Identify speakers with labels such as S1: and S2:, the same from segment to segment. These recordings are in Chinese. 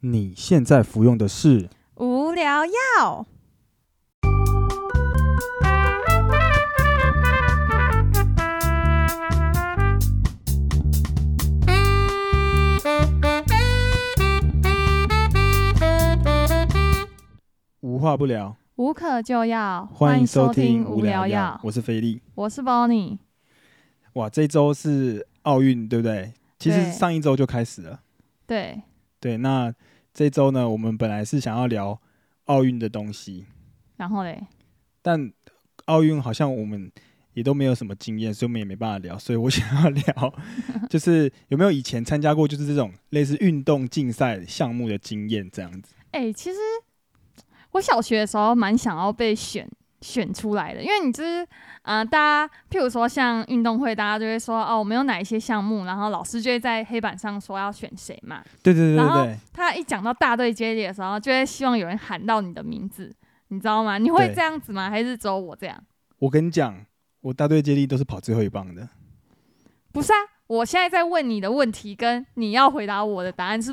S1: 你现在服用的是
S2: 无聊药。
S1: 无话不聊。
S2: 无可救药，
S1: 欢迎收
S2: 听
S1: 听无聊药，我是菲力。
S2: 我是 Bonnie。
S1: 哇，这周是奥运，对不对？其
S2: 对
S1: 实上一周就开始了。
S2: 对，
S1: 对，那这周呢，我们本来是想要聊奥运的东西，
S2: 然后嘞，
S1: 但奥运好像我们也都没有什么经验，所以我们也没办法聊。所以我想要 聊，就是有没有以前参加过就是这种类似运动竞赛项目的经验这样子？
S2: 哎、其实我小学的时候蛮想要被选选出来的，因为你就是，呃，大家譬如说像运动会，大家就会说哦，我们有哪一些项目，然后老师就会在黑板上说要选谁嘛。
S1: 对对对
S2: 然后
S1: 对
S2: 他一讲到大队接力的时候，就会希望有人喊到你的名字，你知道吗？你会
S1: 对
S2: 这样子吗？还是只有我这样？
S1: 我跟你讲，我大队接力都是跑最后一棒的。
S2: 不是啊，我现在在问你的问题，跟你要回答我的答案是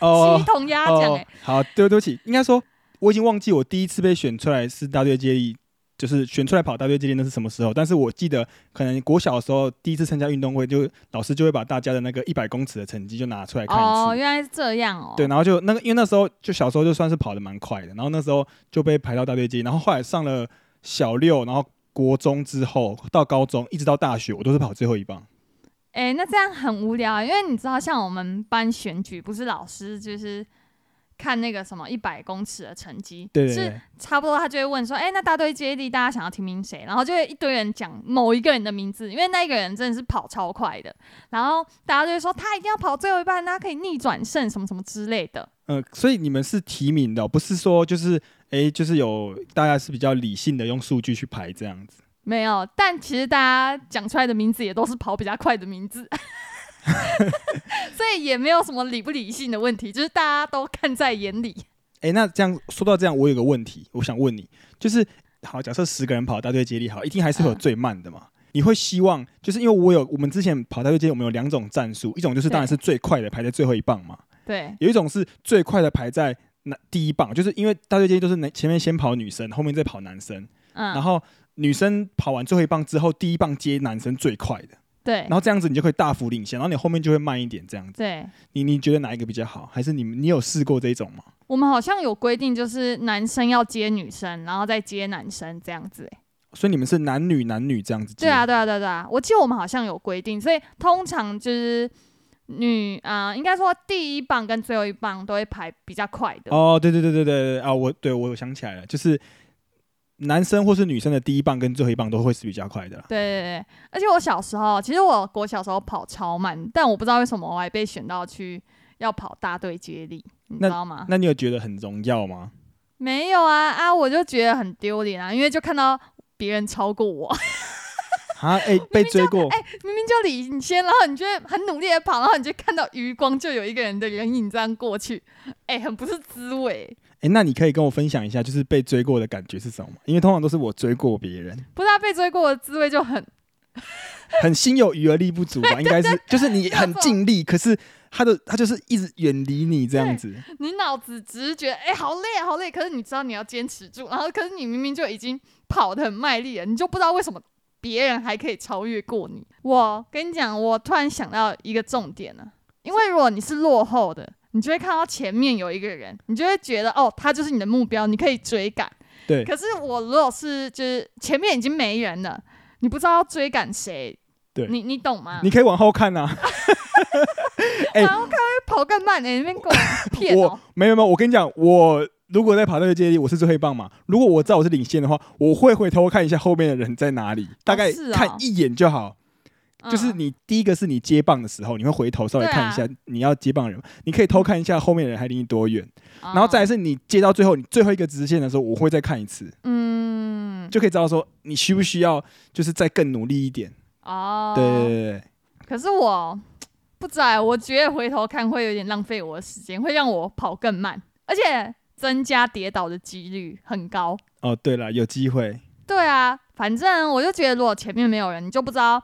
S1: 哦
S2: 鸡同鸭讲、欸。
S1: 好，对对不起，应该说我已经忘记我第一次被选出来是大队接力，就是选出来跑大队接力那是什么时候？但是我记得可能国小的时候第一次参加运动会就，老师就会把大家的那个一百公尺的成绩就拿出来看一次。
S2: 哦，原来是这样哦。
S1: 对，然后就那个，因为那时候就小时候就算是跑得蛮快的，然后那时候就被排到大队接力，然后后来上了小六，然后国中之后到高中一直到大学，我都是跑最后一棒。
S2: 哎、那这样很无聊、啊，因为你知道，像我们班选举，不是老师就是看那个什么一百公尺的成绩，
S1: 对对
S2: 是
S1: 对，
S2: 差不多，他就会问说，哎、那大队接力大家想要提名谁？然后就会一堆人讲某一个人的名字，因为那一个人真的是跑超快的，然后大家就会说他一定要跑最后一半，他可以逆转胜什么什么之类的。
S1: 呃，所以你们是提名的哦、不是说就是诶，就是有大家是比较理性的用数据去排这样子。
S2: 没有，但其实大家讲出来的名字也都是跑比较快的名字，所以也没有什么理不理性的问题，就是大家都看在眼里。
S1: 诶，那这样说到这样，我有个问题，我想问你，就是好，假设十个人跑大队接力，好，一定还是会有
S2: 嗯
S1: 最慢的嘛？你会希望就是因为我有我们之前跑大队接力，我们有两种战术，一种就是当然
S2: 对
S1: 是最快的排在最后一棒嘛，
S2: 对，
S1: 有一种是最快的排在那第一棒，就是因为大队接力都是男前面先跑女生，后面再跑男生，
S2: 嗯，
S1: 然后女生跑完最后一棒之后，第一棒接男生最快的。
S2: 对
S1: 然，后这样子你就可以大幅领先，然后你后面就会慢一点这样子。
S2: 对，
S1: 你你觉得哪一个比较好？还是你你有试过这一种吗？
S2: 我们好像有规定，就是男生要接女生，然后再接男生这样子、欸。
S1: 所以你们是男女男女这样子？
S2: 对啊，。对啊，对啊，对啊，我记得我们好像有规定，所以通常就是女啊、应该说第一棒跟最后一棒都会排比较快的。
S1: 哦，对对对对对对啊！我对我有想起来了，就是男生或是女生的第一棒跟最后一棒都会是比较快的啦。
S2: 对对对，而且我小时候，其实我国小时候跑超慢，但我不知道为什么我还被选到去要跑大队接力，你知道吗？
S1: 那你有觉得很荣耀吗？
S2: 没有啊啊，我就觉得很丢脸啊，因为就看到别人超过我，
S1: 啊，哎、被追过，
S2: 明明就领先，然后你就会很努力的跑，然后你就看到余光就有一个人的人影这样过去，哎、很不是滋味。
S1: 哎、那你可以跟我分享一下，就是被追过的感觉是什么吗？因为通常都是我追过别人，
S2: 不知道被追过的滋味就很
S1: 很心有余而力不足吧？应该是，就是你很
S2: 没错
S1: 尽力，可是他的他就是一直远离你这样子。
S2: 你脑子只是觉得哎、好累啊好累，可是你知道你要坚持住，然后可是你明明就已经跑得很卖力了，你就不知道为什么别人还可以超越过你。我跟你讲，我突然想到一个重点了、因为如果你是落后的，你就会看到前面有一个人，你就会觉得哦，他就是你的目标，你可以追 赶。
S1: 对，
S2: 可是我如果是就是前面已经没人了，你不知道要追赶谁，
S1: 对
S2: 你你懂吗？
S1: 你可以往后看啊呐、哎
S2: 然后看会跑更慢，哎、你那边给 我骗哦、
S1: 我没有没有，我跟你讲，我如果在跑这个接力，我是最后一棒嘛。如果我知道我是领先的话，我会回头看一下后面的人在哪里，大概
S2: 是哦
S1: 看一眼就好。就是
S2: 嗯
S1: 你第一个是你接棒的时候，你会回头稍微看一下你要接棒的人，你可以偷看一下后面的人还离你多远。
S2: 嗯
S1: 然后再来是你接到最后你最后一个直线的时候，我会再看一次，
S2: 嗯，
S1: 就可以知道说你需不需要就是再更努力一点。
S2: 哦，
S1: 对对对对，
S2: 可是我不知道欸，我觉得回头看会有点浪费我的时间，会让我跑更慢，而且增加跌倒的几率很高。
S1: 哦对了，有机会。
S2: 对啊，反正我就觉得，如果前面没有人，你就不知道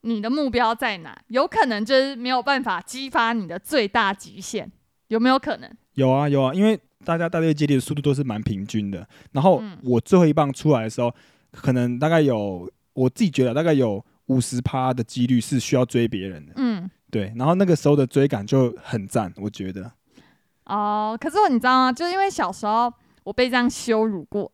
S2: 你的目标在哪，有可能就是没有办法激发你的最大极限，有没有可能？
S1: 有啊有啊，因为大家大队接力的速度都是蛮平均的。然后
S2: 嗯
S1: 我最后一棒出来的时候，可能大概有我自己觉得大概有五十趴的几率是需要追别人的，
S2: 嗯，
S1: 对。然后那个时候的追赶就很赞，我觉得。
S2: 哦，可是我你知道吗？就是因为小时候我被这样羞辱过，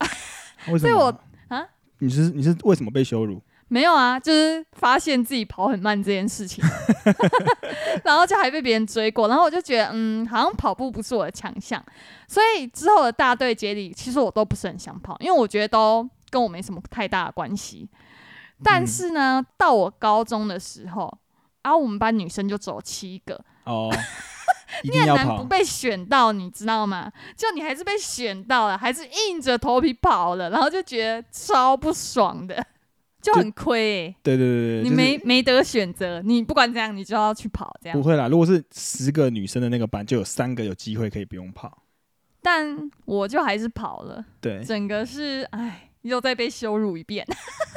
S1: 为什
S2: 以
S1: 么
S2: 我啊？
S1: 你是你是为什么被羞辱？
S2: 没有啊，就是发现自己跑很慢这件事情， 然后就还被别人追过，然后我就觉得，嗯，好像跑步不是我的强项，所以之后的大队接力，其实我都不是很想跑，因为我觉得都跟我没什么太大的关系。但是呢，到我高中的时候，然后我们班女生就只有七个， 啊
S1: 哦，一
S2: 你
S1: 定
S2: 很
S1: 要
S2: 难不
S1: 跑，
S2: 被选到，你知道吗？就你还是被选到了，还是硬着头皮跑了，然后就觉得超不爽的，就很亏、欸。
S1: 对对对对，
S2: 你
S1: 就是
S2: 没啊没得选择，你不管怎样，你就要去跑这样
S1: 不。会啦。如果是十个女生的那个班，就有三个有机会可以不用跑。
S2: 但我就还是跑了，
S1: 对，
S2: 整个是哎，又再被羞辱一遍。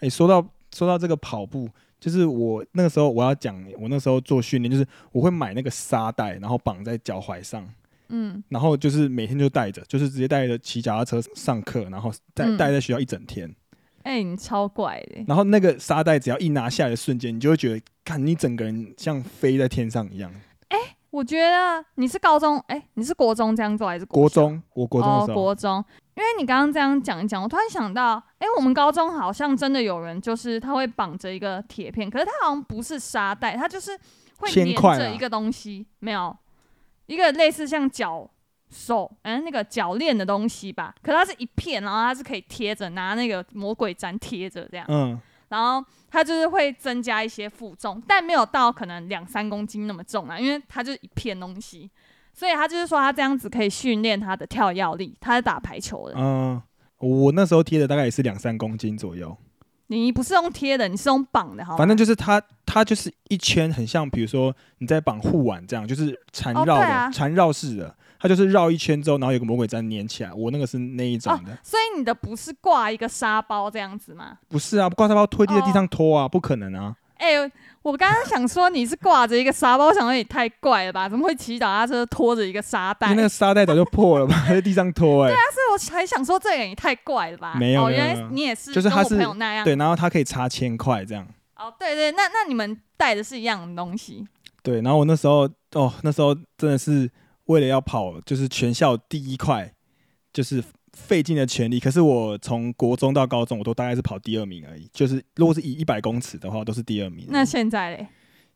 S1: 哎、说到说到这个跑步，就是我那个时候我要讲，我那时候做训练，就是我会买那个沙袋，然后绑在脚踝上，
S2: 嗯，
S1: 然后就是每天就带着，就是直接带着骑脚踏车上课，然后带
S2: 嗯
S1: 带在学校一整天。
S2: 哎、你超怪的欸。
S1: 然后那个沙袋只要一拿下来的瞬间，你就会觉得，看你整个人像飞在天上一样。
S2: 我觉得你是高中，哎、你是国中这样做还是
S1: 国
S2: 小
S1: 中，我国中的时候，
S2: 哦，国中，因为你刚刚这样讲一讲，我突然想到，哎、我们高中好像真的有人，就是他会绑着一个铁片，可是他好像不是沙袋，他就是会
S1: 铅
S2: 粘
S1: 块
S2: 着
S1: 啊
S2: 一个东西，没有一个类似像脚手，嗯、那个脚链的东西吧，可是它是一片，然后它是可以贴着，拿那个魔鬼粘贴着这样，
S1: 嗯，
S2: 然后它就是会增加一些负重，但没有到可能两三公斤那么重啊，因为它就是一片东西，所以他就是说他这样子可以训练他的跳跃力。他是打排球的，
S1: 嗯，我那时候贴的大概也是两三公斤左右，
S2: 你不是用贴的，你是用绑的，好吗？
S1: 反正就是它，它就是一圈，很像比如说你在绑护腕这样，就是缠
S2: 哦
S1: 绕
S2: 对
S1: 的
S2: 啊
S1: 缠绕式的，它就是绕一圈之后，然后有个魔鬼毡粘起来。我那个是那一种的，
S2: 所以你的不是挂一个沙包这样子吗？
S1: 不是啊，挂沙包推地在地
S2: 哦
S1: 上拖啊，不可能啊。
S2: 哎、我刚刚想说你是挂着一个沙包，我想说也太怪了吧？怎么会骑脚踏车拖着一个沙
S1: 因
S2: 袋？
S1: 为那个沙袋早就破了吧，在 地上拖哎、
S2: 但是我还想说这个人也太怪了吧？
S1: 没有
S2: 哦，
S1: 没有
S2: 原
S1: 没有
S2: 来你也是
S1: 就是
S2: 跟
S1: 他
S2: 我
S1: 是
S2: 朋友那样。
S1: 对，然后它可以插千块这样。
S2: 哦，对对，那那你们带的是一样的东西。
S1: 对，然后我那时候哦，那时候真的是为了要跑，就是全校第一块，就是费尽了全力。可是我从国中到高中，我都大概是跑第二名而已。就是如果是以一百公尺的话，我都是第二名。
S2: 那现在嘞？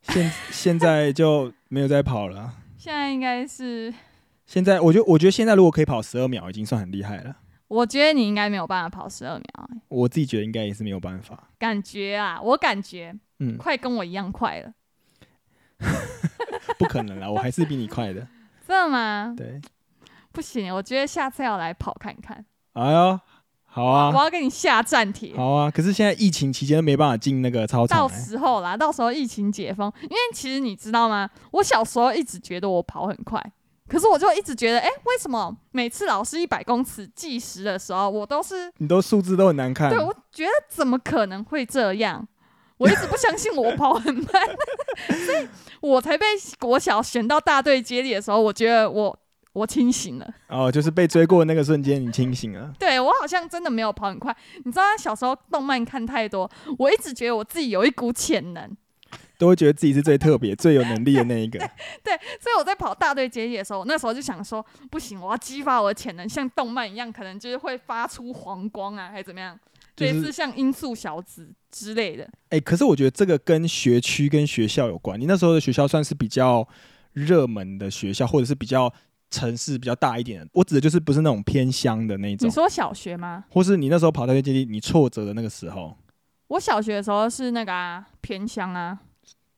S1: 现现在就没有在跑了。
S2: 现在应该是，
S1: 现在我觉得，我觉得现在如果可以跑十二秒，已经算很厉害了。
S2: 我觉得你应该没有办法跑十二秒，欸
S1: 我自己觉得应该也是没有办法。
S2: 感觉啊，我感觉
S1: 嗯，
S2: 快跟我一样快了，
S1: 不可能啦，我还是比你快的。
S2: 真的吗？
S1: 对，
S2: 不行，我觉得下次要来跑看看，
S1: 哎呦，好啊
S2: 我，要跟你下战帖。
S1: 好啊。可是现在疫情期间都没办法进那个操场、
S2: 到
S1: 欸。
S2: 时候啦，到时候疫情解封，因为其实你知道吗？我小时候一直觉得我跑很快，可是我就一直觉得，哎、为什么每次老师一百公尺计时的时候，我都是
S1: 你都数字都很难看。
S2: 对，我觉得怎么可能会这样？我一直不相信我跑很慢，所以我才被国小选到大队接力的时候，我觉得我我清醒了。
S1: 哦，就是被追过的那个瞬间，你清醒了。
S2: 对我好像真的没有跑很快，你知道，小时候动漫看太多，我一直觉得我自己有一股潜能，
S1: 都会觉得自己是最特别、最有能力的那 一个。
S2: 所以我在跑大队接力的时哦候，我那时候就想说，不行，我要激发我的潜能，像动漫一样，可能就是会发出黄光啊，还是怎么样，
S1: 就是
S2: 类似像音速小子之类的。
S1: 哎、可是我觉得这个跟学区、跟学校有关。你那时候的学校算是比较热门的学校，或者是比较城市比较大一点的。我指的就是不是那种偏乡的那
S2: 你
S1: 种，
S2: 说小学吗？
S1: 或是你那时候跑大学接力你挫折的那个时候。
S2: 我小学的时候是那个啊偏乡啊，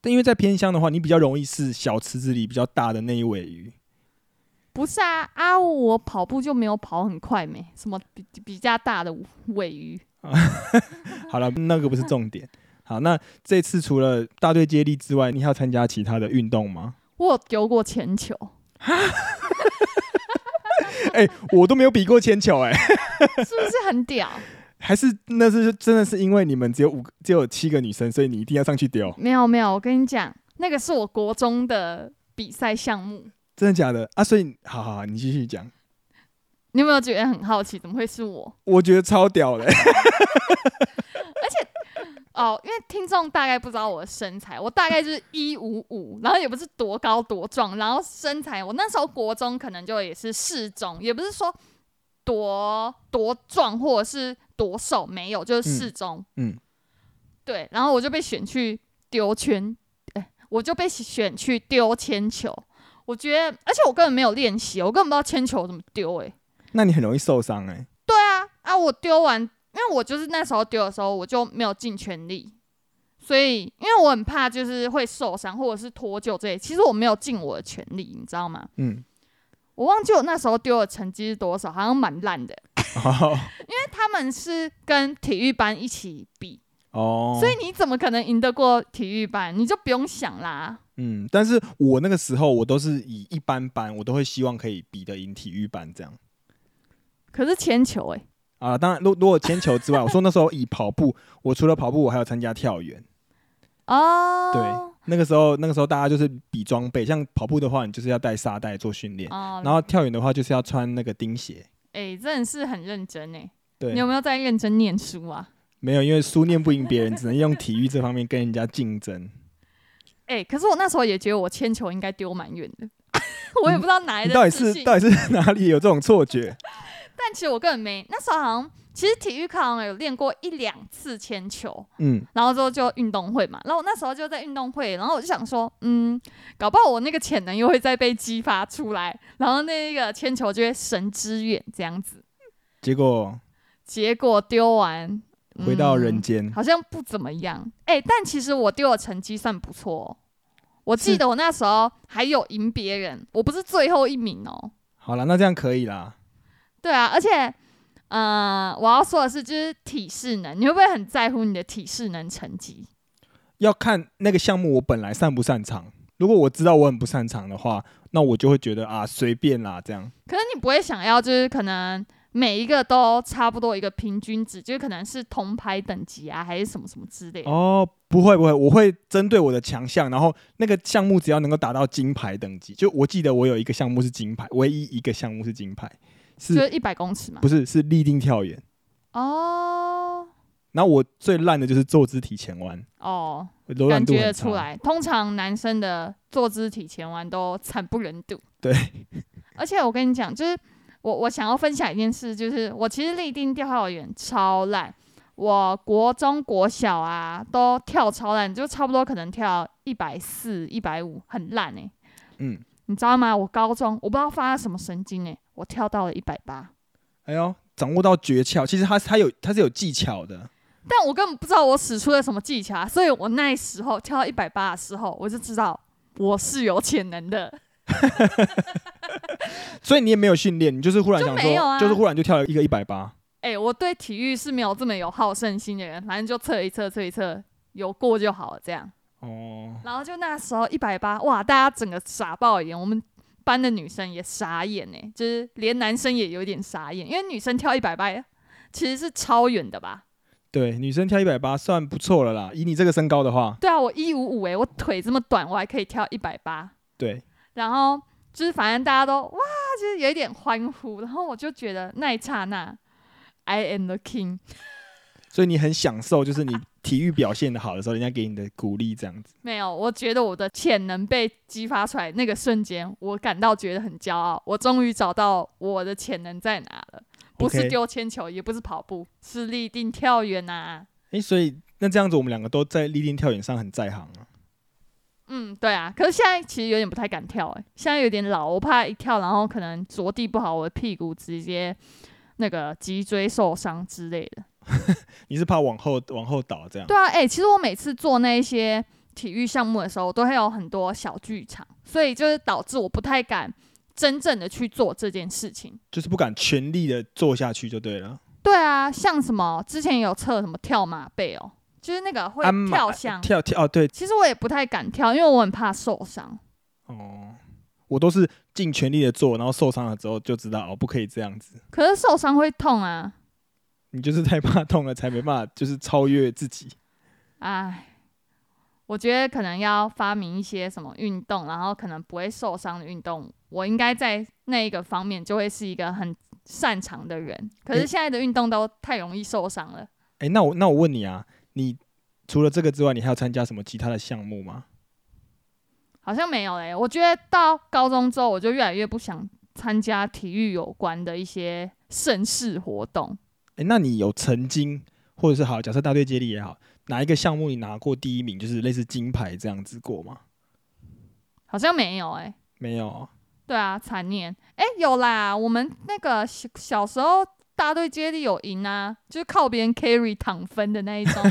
S1: 但因为在偏乡的话，你比较容易是小池子里比较大的那一尾鱼。
S2: 不是啊啊，我跑步就没有跑很快没，什么比比较大的尾鱼，
S1: 好了，那个不是重点。好，那这次除了大队接力之外，你还有参加其他的运动吗？
S2: 我有丢过铅球，
S1: 哎、我都没有比过铅球、哎。
S2: 是不是很屌？
S1: 还是那是真的是因为你们只有五个只有七个女生，所以你一定要上去丢
S2: 没有没有，我跟你讲，那个是我国中的比赛项目，
S1: 真的假的啊？所以，好好好，你继续讲。
S2: 你有没有觉得很好奇，怎么会是我？
S1: 我觉得超屌的、
S2: 哦，因为听众大概不知道我的身材，我大概就是一五五，然后也不是多高多壮，然后身材我那时候国中可能就也是适中，也不是说多多壮或者是多瘦，没有，就是适中。
S1: 嗯嗯
S2: 对，然后我就被选去丢圈，哎、我就被选去丢铅球。我觉得，而且我根本没有练习，我根本不知道铅球怎么丢、哎。
S1: 那你很容易受伤哎、
S2: 对啊，啊，我丢完，因为我就是那时候丢的时候，我就没有尽全力，所以因为我很怕就是会受伤或者是脱臼这些，其实我没有尽我的全力，你知道吗？
S1: 嗯，
S2: 我忘记我那时候丢的成绩是多少，好像蛮烂的。
S1: 哦
S2: 因为他们是跟体育班一起比，
S1: 哦，
S2: 所以你怎么可能赢得过体育班？你就不用想啦。
S1: 嗯，但是我那个时候我都是以一般班，我都会希望可以比得赢体育班这样
S2: 可是铅球、欸，
S1: 啊。当然，如如果铅球之外，我说那时候以跑步， 我除了跑步，我还有参加跳远。
S2: 哦，
S1: 对，那个时候那个时候大家就是比装备，像跑步的话，你就是要带沙袋做训练，
S2: 哦，
S1: 然后跳远的话就是要穿那个钉鞋。
S2: 哎、真的是很认真哎、
S1: 对
S2: 你，有没有在认真念书啊？
S1: 没有，因为书念不赢别人，只能用体育这方面跟人家竞争。
S2: 哎、可是我那时候也觉得我铅球应该丢蛮远的， 我也不知道 哪
S1: 嗯
S2: 来
S1: 你
S2: 的
S1: 到底
S2: 自
S1: 是
S2: 信。
S1: 到底是哪里有这种错觉？
S2: 但其实我根本没，那时候好像其实体育课好像有练过一两次铅球，
S1: 嗯，
S2: 然后之后就运动会嘛。然后我那时候就在运动会，然后我就想说，嗯，搞不好我那个潜能又会再被激发出来，然后那个铅球就会神之远这样子。
S1: 结果
S2: 结果丢完
S1: 回到人
S2: 嗯
S1: 间，
S2: 好像不怎么样。哎、但其实我丢的成绩算不错、哦。我记
S1: 是
S2: 得我那时候还有赢别人，我不是最后一名哦。
S1: 好了，那这样可以啦。
S2: 对啊，而且，呃，我要说的是，就是体适能，你会不会很在乎你的体适能成绩？
S1: 要看那个项目我本来擅不擅长。如果我知道我很不擅长的话，那我就会觉得啊随便啦这样。
S2: 可是你不会想要，就是可能每一个都差不多一个平均值，就是可能是铜牌等级啊，还是什么什么之类的。
S1: 哦，不会不会，我会针对我的强项，然后那个项目只要能够达到金牌等级，就我记得我有一个项目是金牌，唯一一个项目是金牌，
S2: 就是是一百公尺嘛
S1: 不。是是立定跳远？
S2: 哦
S1: 然后我最烂的就是坐姿体前弯，
S2: 哦，
S1: 我柔
S2: 感
S1: 软度
S2: 觉
S1: 很
S2: 得出
S1: 差。
S2: 来。通常男生的坐姿体前弯都惨不忍睹。
S1: 对，
S2: 而且我跟你讲，就是我我想要分享一件事，就是我其实立定跳远超烂，我国中国小啊都跳超烂，就差不多可能跳一百四、一百五，很烂哎、
S1: 嗯，
S2: 你知道吗？我高中我不知道发了什么神经哎、我跳到了一百八，
S1: 哎呦，掌握到诀窍，其实它它有它是有技巧的。
S2: 但我根本不知道我使出了什么技巧啊，所以我那时候跳到一百八的时候，我就知道我是有潜能的。
S1: 所以你也没有训练，你就是忽然
S2: 就
S1: 想
S2: 没
S1: 说，
S2: 有啊
S1: 就是忽然就跳了一个一百八。
S2: 哎、我对体育是没有这么有好胜心的人，反正就测一测，测一测，有过就好了，这样。
S1: 哦，
S2: 然后就那时候一百八，哇，大家整个傻爆眼，我们班的女生也傻眼呢、就是连男生也有点傻眼，因为女生跳一百八其实是超远的吧？
S1: 对，女生跳一百八算不错了啦。以你这个身高的话，
S2: 对啊，我一五五哎，我腿这么短，我还可以跳一百八，
S1: 对，
S2: 然后就是反正大家都哇，就是有一点欢呼，然后我就觉得那一刹那，I am the king。
S1: 所以你很享受，就是你体育表现的好的时候，人家给你的鼓励这样子。
S2: 没有，我觉得我的潜能被激发出来那个瞬间，我感到觉得很骄傲。我终于找到我的潜能在哪了，不是
S1: OK
S2: 丢铅球，也不是跑步，是立定跳远啊。
S1: 诶，所以那这样子，我们两个都在立定跳远上很在行啊。
S2: 嗯，对啊。可是现在其实有点不太敢跳、欸，现在有点老，我怕一跳然后可能着地不好，我的屁股直接那个脊椎受伤之类的。
S1: 你是怕往后往后倒这样？
S2: 对啊，哎、其实我每次做那一些体育项目的时候，都会有很多小剧场，所以就是导致我不太敢真正的去做这件事情。
S1: 就是不敢全力的做下去就对了。
S2: 对啊，像什么之前有测什么跳马背哦，就是那个会
S1: 鞍马
S2: 跳箱。
S1: 跳跳哦，对
S2: 其实我也不太敢跳，因为我很怕受伤。
S1: 哦，我都是尽全力的做，然后受伤了之后就知道哦，不可以这样子。
S2: 可是受伤会痛啊，
S1: 你就是太怕痛了，才没办法就是超越自己。
S2: 唉，我觉得可能要发明一些什么运动，然后可能不会受伤的运动，我应该在那一个方面就会是一个很擅长的人。可是
S1: 诶
S2: 现在的运动都太容易受伤了。
S1: 哎、那我那我问你啊，你除了这个之外，你还有参加什么其他的项目吗？
S2: 好像没有嘞、我觉得到高中之后，我就越来越不想参加体育有关的一些盛事活动。
S1: 哎、那你有曾经，或者是好，假设大队接力也好，哪一个项目你拿过第一名，就是类似金牌这样子过吗？
S2: 好像没有哎、
S1: 没有哦，
S2: 对啊，残念。哎、有啦，我们那个小小时候大队接力有赢啊，就是靠别人 carry 躺分的那一 种。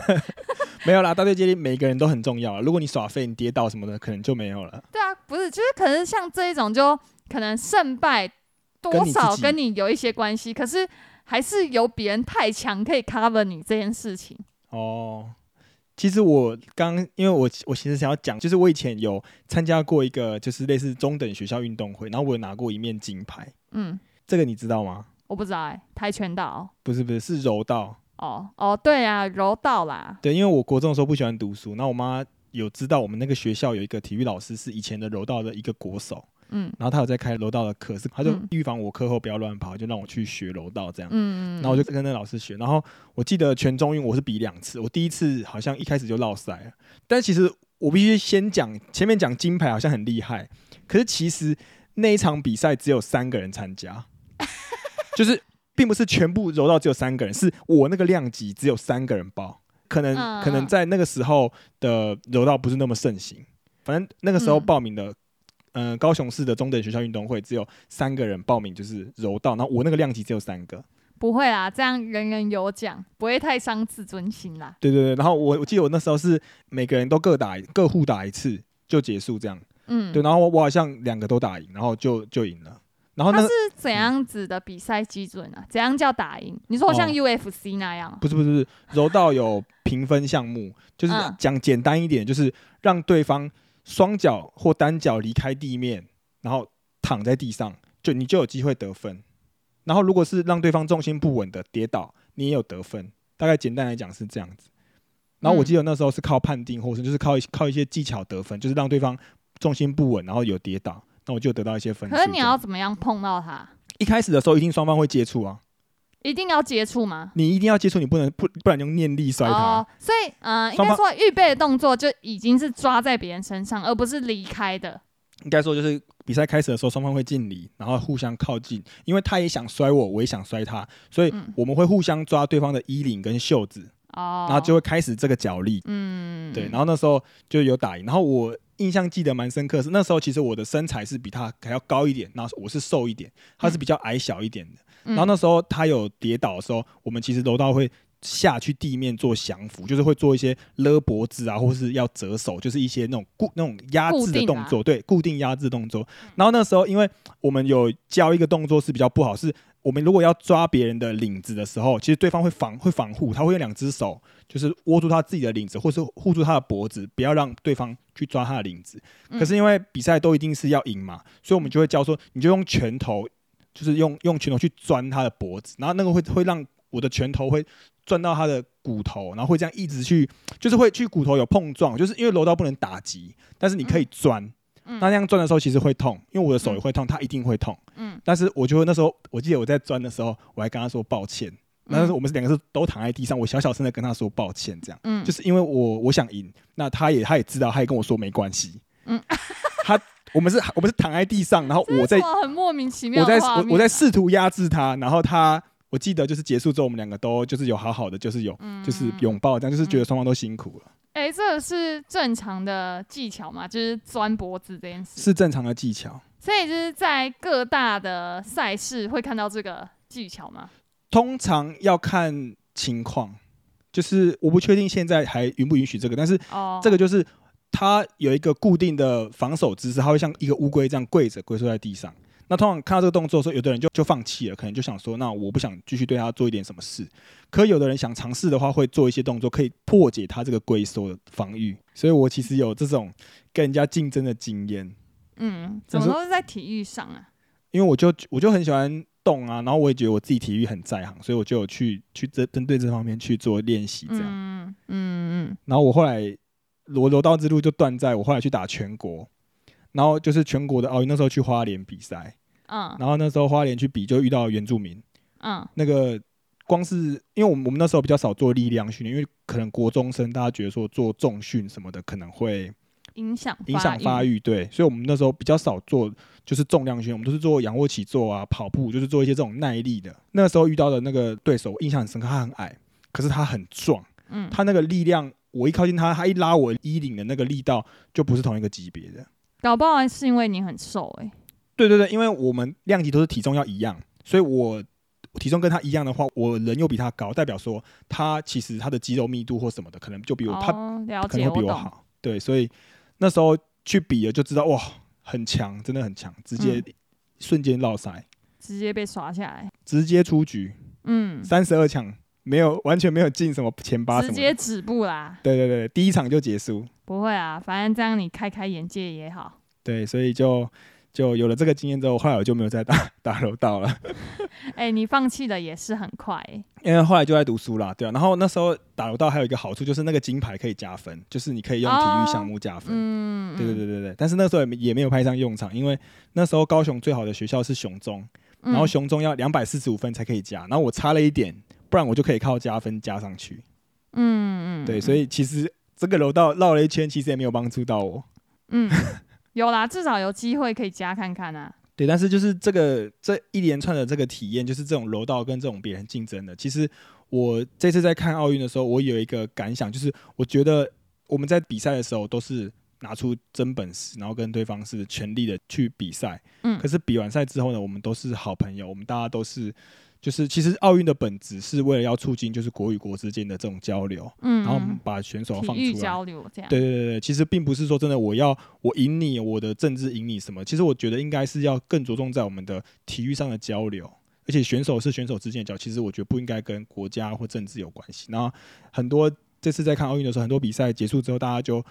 S1: 没有啦。大队接力每个人都很重要啊，如果你耍废、你跌倒什么的，可能就没有了。
S2: 对啊，不是，就是可能像这一种，就可能胜败
S1: 跟
S2: 多
S1: 你自
S2: 少
S1: 己
S2: 跟你有一些关系，可是还是有别人太强可以 cover 你这件事情。
S1: 哦，其实我刚因为我我其实想要讲，就是我以前有参加过一个就是类似中等学校运动会，然后我有拿过一面金牌，
S2: 嗯，
S1: 这个你知道吗？
S2: 我不知道哎、跆拳道
S1: 不是不是是柔道，
S2: 哦哦，对啊，柔道啦，
S1: 对，因为我国中的时候不喜欢读书，然后我妈有知道我们那个学校有一个体育老师是以前的柔道的一个国手，
S2: 嗯
S1: 然后他有在开柔道的课，是他就
S2: 嗯
S1: 预防我课后不要乱跑，就让我去学柔道这样。
S2: 嗯，
S1: 然后我就跟那老师学，然后我记得全中运我是比两次，我第一次好像一开始就落赛了，但其实我必须先讲前面讲金牌好像很厉害，可是其实那一场比赛只有三个人参 加，就是并不是全部柔道只有三个人，是我那个量级只有三个人报，可能、
S2: 嗯
S1: 可能
S2: 嗯
S1: 在那个时候的柔道不是那么盛行，反正那个时候
S2: 嗯
S1: 报名的。嗯、高雄市的中等学校运动会只有三个人报名，就是柔道，然后我那个量级只有三个，
S2: 不会啦，这样人人有奖，不会太伤自尊心啦。
S1: 对对对，然后我我记得我那时候是每个人都各打各互打一次就结束这样，
S2: 嗯，
S1: 对，然后我我好像两个都打赢，然后就就赢了，然哦后那
S2: 它
S1: 个
S2: 是怎样子的比赛基准啊？怎样叫打赢？你说像
S1: 哦
S2: UFC 那样啊？
S1: 不是不是不是柔道有评分项目，就是
S2: 嗯
S1: 讲简单一点，就是让对方双脚或单脚离开地面，然后躺在地上，就你就有机会得分，然后如果是让对方重心不稳的跌倒，你也有得分，大概简单来讲是这样子。然后我记得那时候是靠判定获胜，就是靠一靠一些技巧得分，就是让对方重心不稳，然后有跌倒，那我就得到一些分数
S2: 可
S1: 这
S2: 是
S1: 样。
S2: 你要怎么样碰到它？
S1: 一开始的时候，一定双方会接触啊，
S2: 一定要接触吗？
S1: 你一定要接触，你不能不不然用念力摔他。
S2: 哦，所以嗯、呃，应
S1: 啊双
S2: 该
S1: 方
S2: 说预备的动作就已经是抓在别人身上，而不是离开的。
S1: 应该说就是比赛开始的时候，双方会敬礼，然后互相靠近，因为他也想摔我，我也想摔他，所以
S2: 嗯
S1: 我们会互相抓对方的衣领跟袖子，
S2: 哦，
S1: 然后就会开始这个角力。
S2: 嗯，
S1: 对，然后那时候就有打赢，然后我印象记得蛮深刻是那时候其实我的身材是比他还要高一点，然后我是瘦一点，他是比较矮小一点的。
S2: 嗯
S1: 然后那时候他有跌倒的时候，我们其实柔道会下去地面做降服，就是会做一些勒脖子啊，或是要折手，就是一些那种固那种压制的动作，对，固定压制动作。然后那时候因为我们有教一个动作是比较不好，是我们如果要抓别人的领子的时候，其实对方会防会防护，他会用两只手就是握住他自己的领子，或是护住他的脖子，不要让对方去抓他的领子。
S2: 嗯
S1: 可是因为比赛都一定是要赢嘛，所以我们就会教说，你就用拳头，就是用用拳头去钻他的脖子，然后那个会会让我的拳头会钻到他的骨头，然后会这样一直去，就是会去骨头有碰撞，就是因为柔道不能打击，但是你可以钻。
S2: 嗯
S1: 那那样钻的时候其实会痛，因为我的手也会痛，他一定会痛。
S2: 嗯
S1: 但是我就会那时候，我记得我在钻的时候，我还跟他说抱
S2: 嗯
S1: 歉。但是我们是两个是都躺在地上，我小小声的跟他说抱歉，这样。
S2: 嗯，
S1: 就是因为我我想赢，那他也他也知道，他也跟我说没关系。
S2: 嗯
S1: 他我们是我们是躺在地上，然后
S2: 这是
S1: 我在
S2: 什么很莫名其妙
S1: 我在
S2: 的画
S1: 我
S2: 面啊
S1: 我在试图压制他，然后他我记得就是结束之后，我们两个都就是有好好的，就是有、
S2: 嗯
S1: 就是拥抱，这样就是觉得双方都辛苦了，
S2: 哎、这个是正常的技巧嘛，就是钻脖子这件事，
S1: 是正常的技巧。
S2: 所以就是在各大的赛事会看到这个技巧嘛。
S1: 通常要看情况，就是我不确定现在还允不允许这个，但是
S2: 哦，
S1: 这个就是它有一个固定的防守姿势，它会像一个乌龟这样跪着跪坐在地上。那通常看到这个动作的时候，有的人就就放弃了，可能就想说，那我不想继续对他做一点什么事。可有的人想尝试的话，会做一些动作，可以破解他这个龟缩的防御。所以我其实有这种跟人家竞争的经验，
S2: 嗯，怎么
S1: 但是
S2: 都是在体育上啊。
S1: 因为我就我就很喜欢动啊，然后我也觉得我自己体育很在行，所以我就有去去针针对这方面去做练习这样。
S2: 嗯嗯嗯，
S1: 然后我后来我柔道之路就断在我后来去打全国，然后就是全国的奥运，那时候去花莲比赛，
S2: 嗯
S1: 然后那时候花莲去比就遇到原住民，
S2: 嗯
S1: 那个光是因为我们我们那时候比较少做力量训练，因为可能国中生大家觉得说做重训什么的可能会
S2: 影响
S1: 影响发
S2: 育，
S1: 育，对，所以我们那时候比较少做就是重量训练，我们都是做仰卧起坐啊、跑步，就是做一些这种耐力的。那时候遇到的那个对手，我印象很深刻，他很矮，可是他很壮，
S2: 嗯，
S1: 他那个力量，我一靠近他，他一拉我衣领的那个力道就不是同一个级别的。
S2: 搞不好是因为你很瘦哎、
S1: 对对对，因为我们量级都是体重要一样，所以我体重跟他一样的话，我人又比他高，代表说他其实他的肌肉密度或什么的，可能就比我、他
S2: 哦，了
S1: 可
S2: 解，
S1: 能会比我
S2: 懂，
S1: 好。对，所以那时候去比了就知道，哇，很强，真的很强，直接、
S2: 嗯
S1: 瞬间落塞，
S2: 直接被刷下来，
S1: 直接出局，
S2: 嗯，
S1: 三十二强没有完全没有进什么前八什
S2: 直
S1: 么
S2: 接
S1: 的。
S2: 止步啦，
S1: 对对对，第一场就结束。
S2: 不会啊，反正这样你开开眼界也好。
S1: 对，所以就就有了这个经验之后，后来我就没有再打 打柔道了，
S2: 哎、你放弃的也是很快、欸，
S1: 因为后来就在读书啦，对啊。然后那时候打柔道还有一个好处就是那个金牌可以加分，就是你可以用体育项目加分。
S2: 嗯，
S1: 对对对对对，但是那时候也没也没有派上用场，因为那时候高雄最好的学校是雄中，
S2: 嗯，
S1: 然后
S2: 嗯
S1: 雄中要两百四十五分才可以加，然后我差了一点，不然我就可以靠加分加上去。
S2: 嗯嗯，
S1: 对，所以其实这个柔道绕了一圈，其实也没有帮助到我。
S2: 嗯， 有啦，至少有机会可以加看看啊。
S1: 对，但是就是这个这一连串的这个体验，就是这种柔道跟这种别人竞争的。其实我这次在看奥运的时候，我有一个感想，就是我觉得我们在比赛的时候都是拿出真本事，然后跟对方是全力的去比赛。
S2: 嗯
S1: 可是比完赛之后呢，我们都是好朋友，我们大家都是就是其实奥运的本质是为了要促进就是国与国之间的这种交流，
S2: 嗯，
S1: 然后
S2: 嗯
S1: 把选手放
S2: 体育
S1: 出来。
S2: 交流这样。
S1: 对对对对，其实并不是说真的我要我赢你，我的政治赢你什么。其实我觉得应该是要更着重在我们的体育上的交流，而且选手是选手之间的交流，其实我觉得不应该跟国家或政治有关系。然后很多这次在看奥运的时候，很多比赛结束之后，大家就。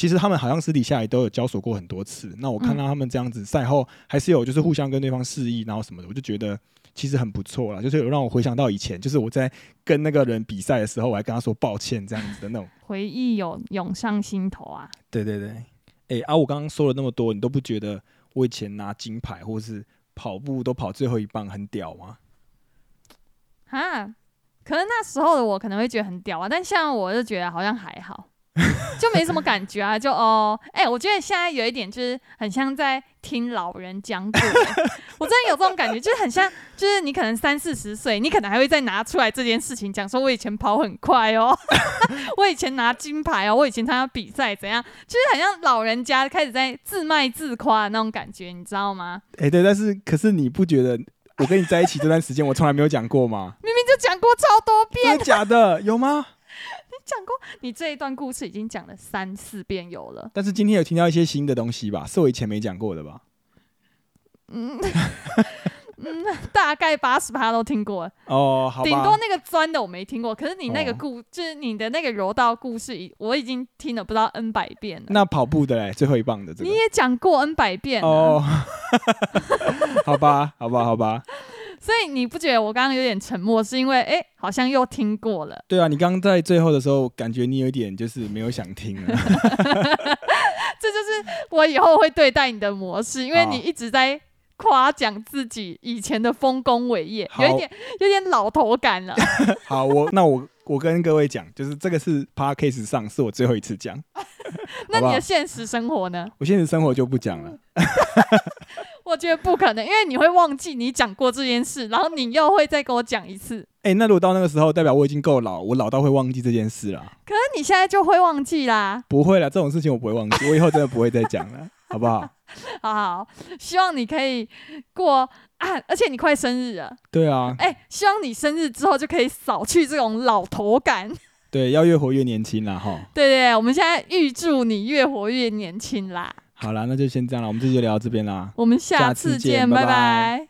S1: 其实他们好像私底下也都有交手过很多次。那我看到他们这样子赛后还是有就是互相跟对方示意，然后什么的，我就觉得其实很不错啦。就是有让我回想到以前，就是我在跟那个人比赛的时候，我还跟他说抱歉这样子的那种
S2: 回忆有涌上心头啊。
S1: 对对对，哎、啊，我刚刚说了那么多，你都不觉得我以前拿金牌或是跑步都跑最后一棒很屌吗？
S2: 哈，可能那时候的我可能会觉得很屌啊，但现在我就觉得好像还好，就没什么感觉啊，就哦，哎、我觉得现在有一点就是很像在听老人讲古欸、我真的有这种感觉，就是很像，就是你可能三四十岁，你可能还会再拿出来这件事情讲，说我以前跑很快哦， 我以前拿金牌哦，我以前参加比赛怎样，就是很像老人家开始在自卖自夸的那种感觉，你知道吗？
S1: 哎、对，但是可是你不觉得我跟你在一起这段时间，我从来没有讲过 吗？
S2: 明明就讲过超多遍。
S1: 真的假的？有吗？
S2: 讲过，你这一段故事已经讲了三四遍有了。
S1: 但是今天有听到一些新的东西吧，是我以前没讲过的吧？
S2: 嗯嗯， 大概八十趴都听过了，
S1: 哦，好
S2: 顶多
S1: 吧，
S2: 那个钻的我没听过。可是你那个
S1: 哦
S2: 故，就是你的那个柔道故事已，我已经听了不知道 N 百遍了。
S1: 那跑步的嘞，最后一棒的这
S2: 你
S1: 个。
S2: 也讲过 N 百遍了
S1: 哦，好吧，好吧，好吧，
S2: 所以你不觉得我刚刚有点沉默，是因为哎、诶好像又听 过了。
S1: 对啊，你刚刚在最后的时候，感觉你有一点就是没有想听了。
S2: 这就是我以后会对待你的模式，因为
S1: 好
S2: 你一直在夸奖自己以前的丰功伟业，有一
S1: 好
S2: 点有点老头感 了。
S1: 好，我那我我跟各位讲，就是这个是 podcast 上是我最后一次讲，
S2: 那
S1: 好不
S2: 你
S1: 好
S2: 的现实生活呢？
S1: 我现实生活就不讲了。
S2: 我觉得不可能，因为你会忘记你讲过这件事，然后你又会再跟我讲一次。
S1: 哎、那如果到那个时候，代表我已经够老，我老到会忘记这件事啦。
S2: 可是你现在就会忘记啦。
S1: 不会啦，这种事情我不会忘记，我以后真的不会再讲了， 好不好？
S2: 好好，希望你可以过啊，而且你快生日了，
S1: 对啊，
S2: 哎、希望你生日之后就可以扫去这种老头感。
S1: 对，要越活越年轻啦，哈。
S2: 对对对，我们现在预祝你越活越年轻啦。
S1: 好啦，那就先这样了，我们这集就聊到这边啦。
S2: 我们
S1: 下
S2: 下
S1: 次
S2: 次
S1: 见
S2: 见，
S1: 拜
S2: 拜
S1: 拜
S2: 拜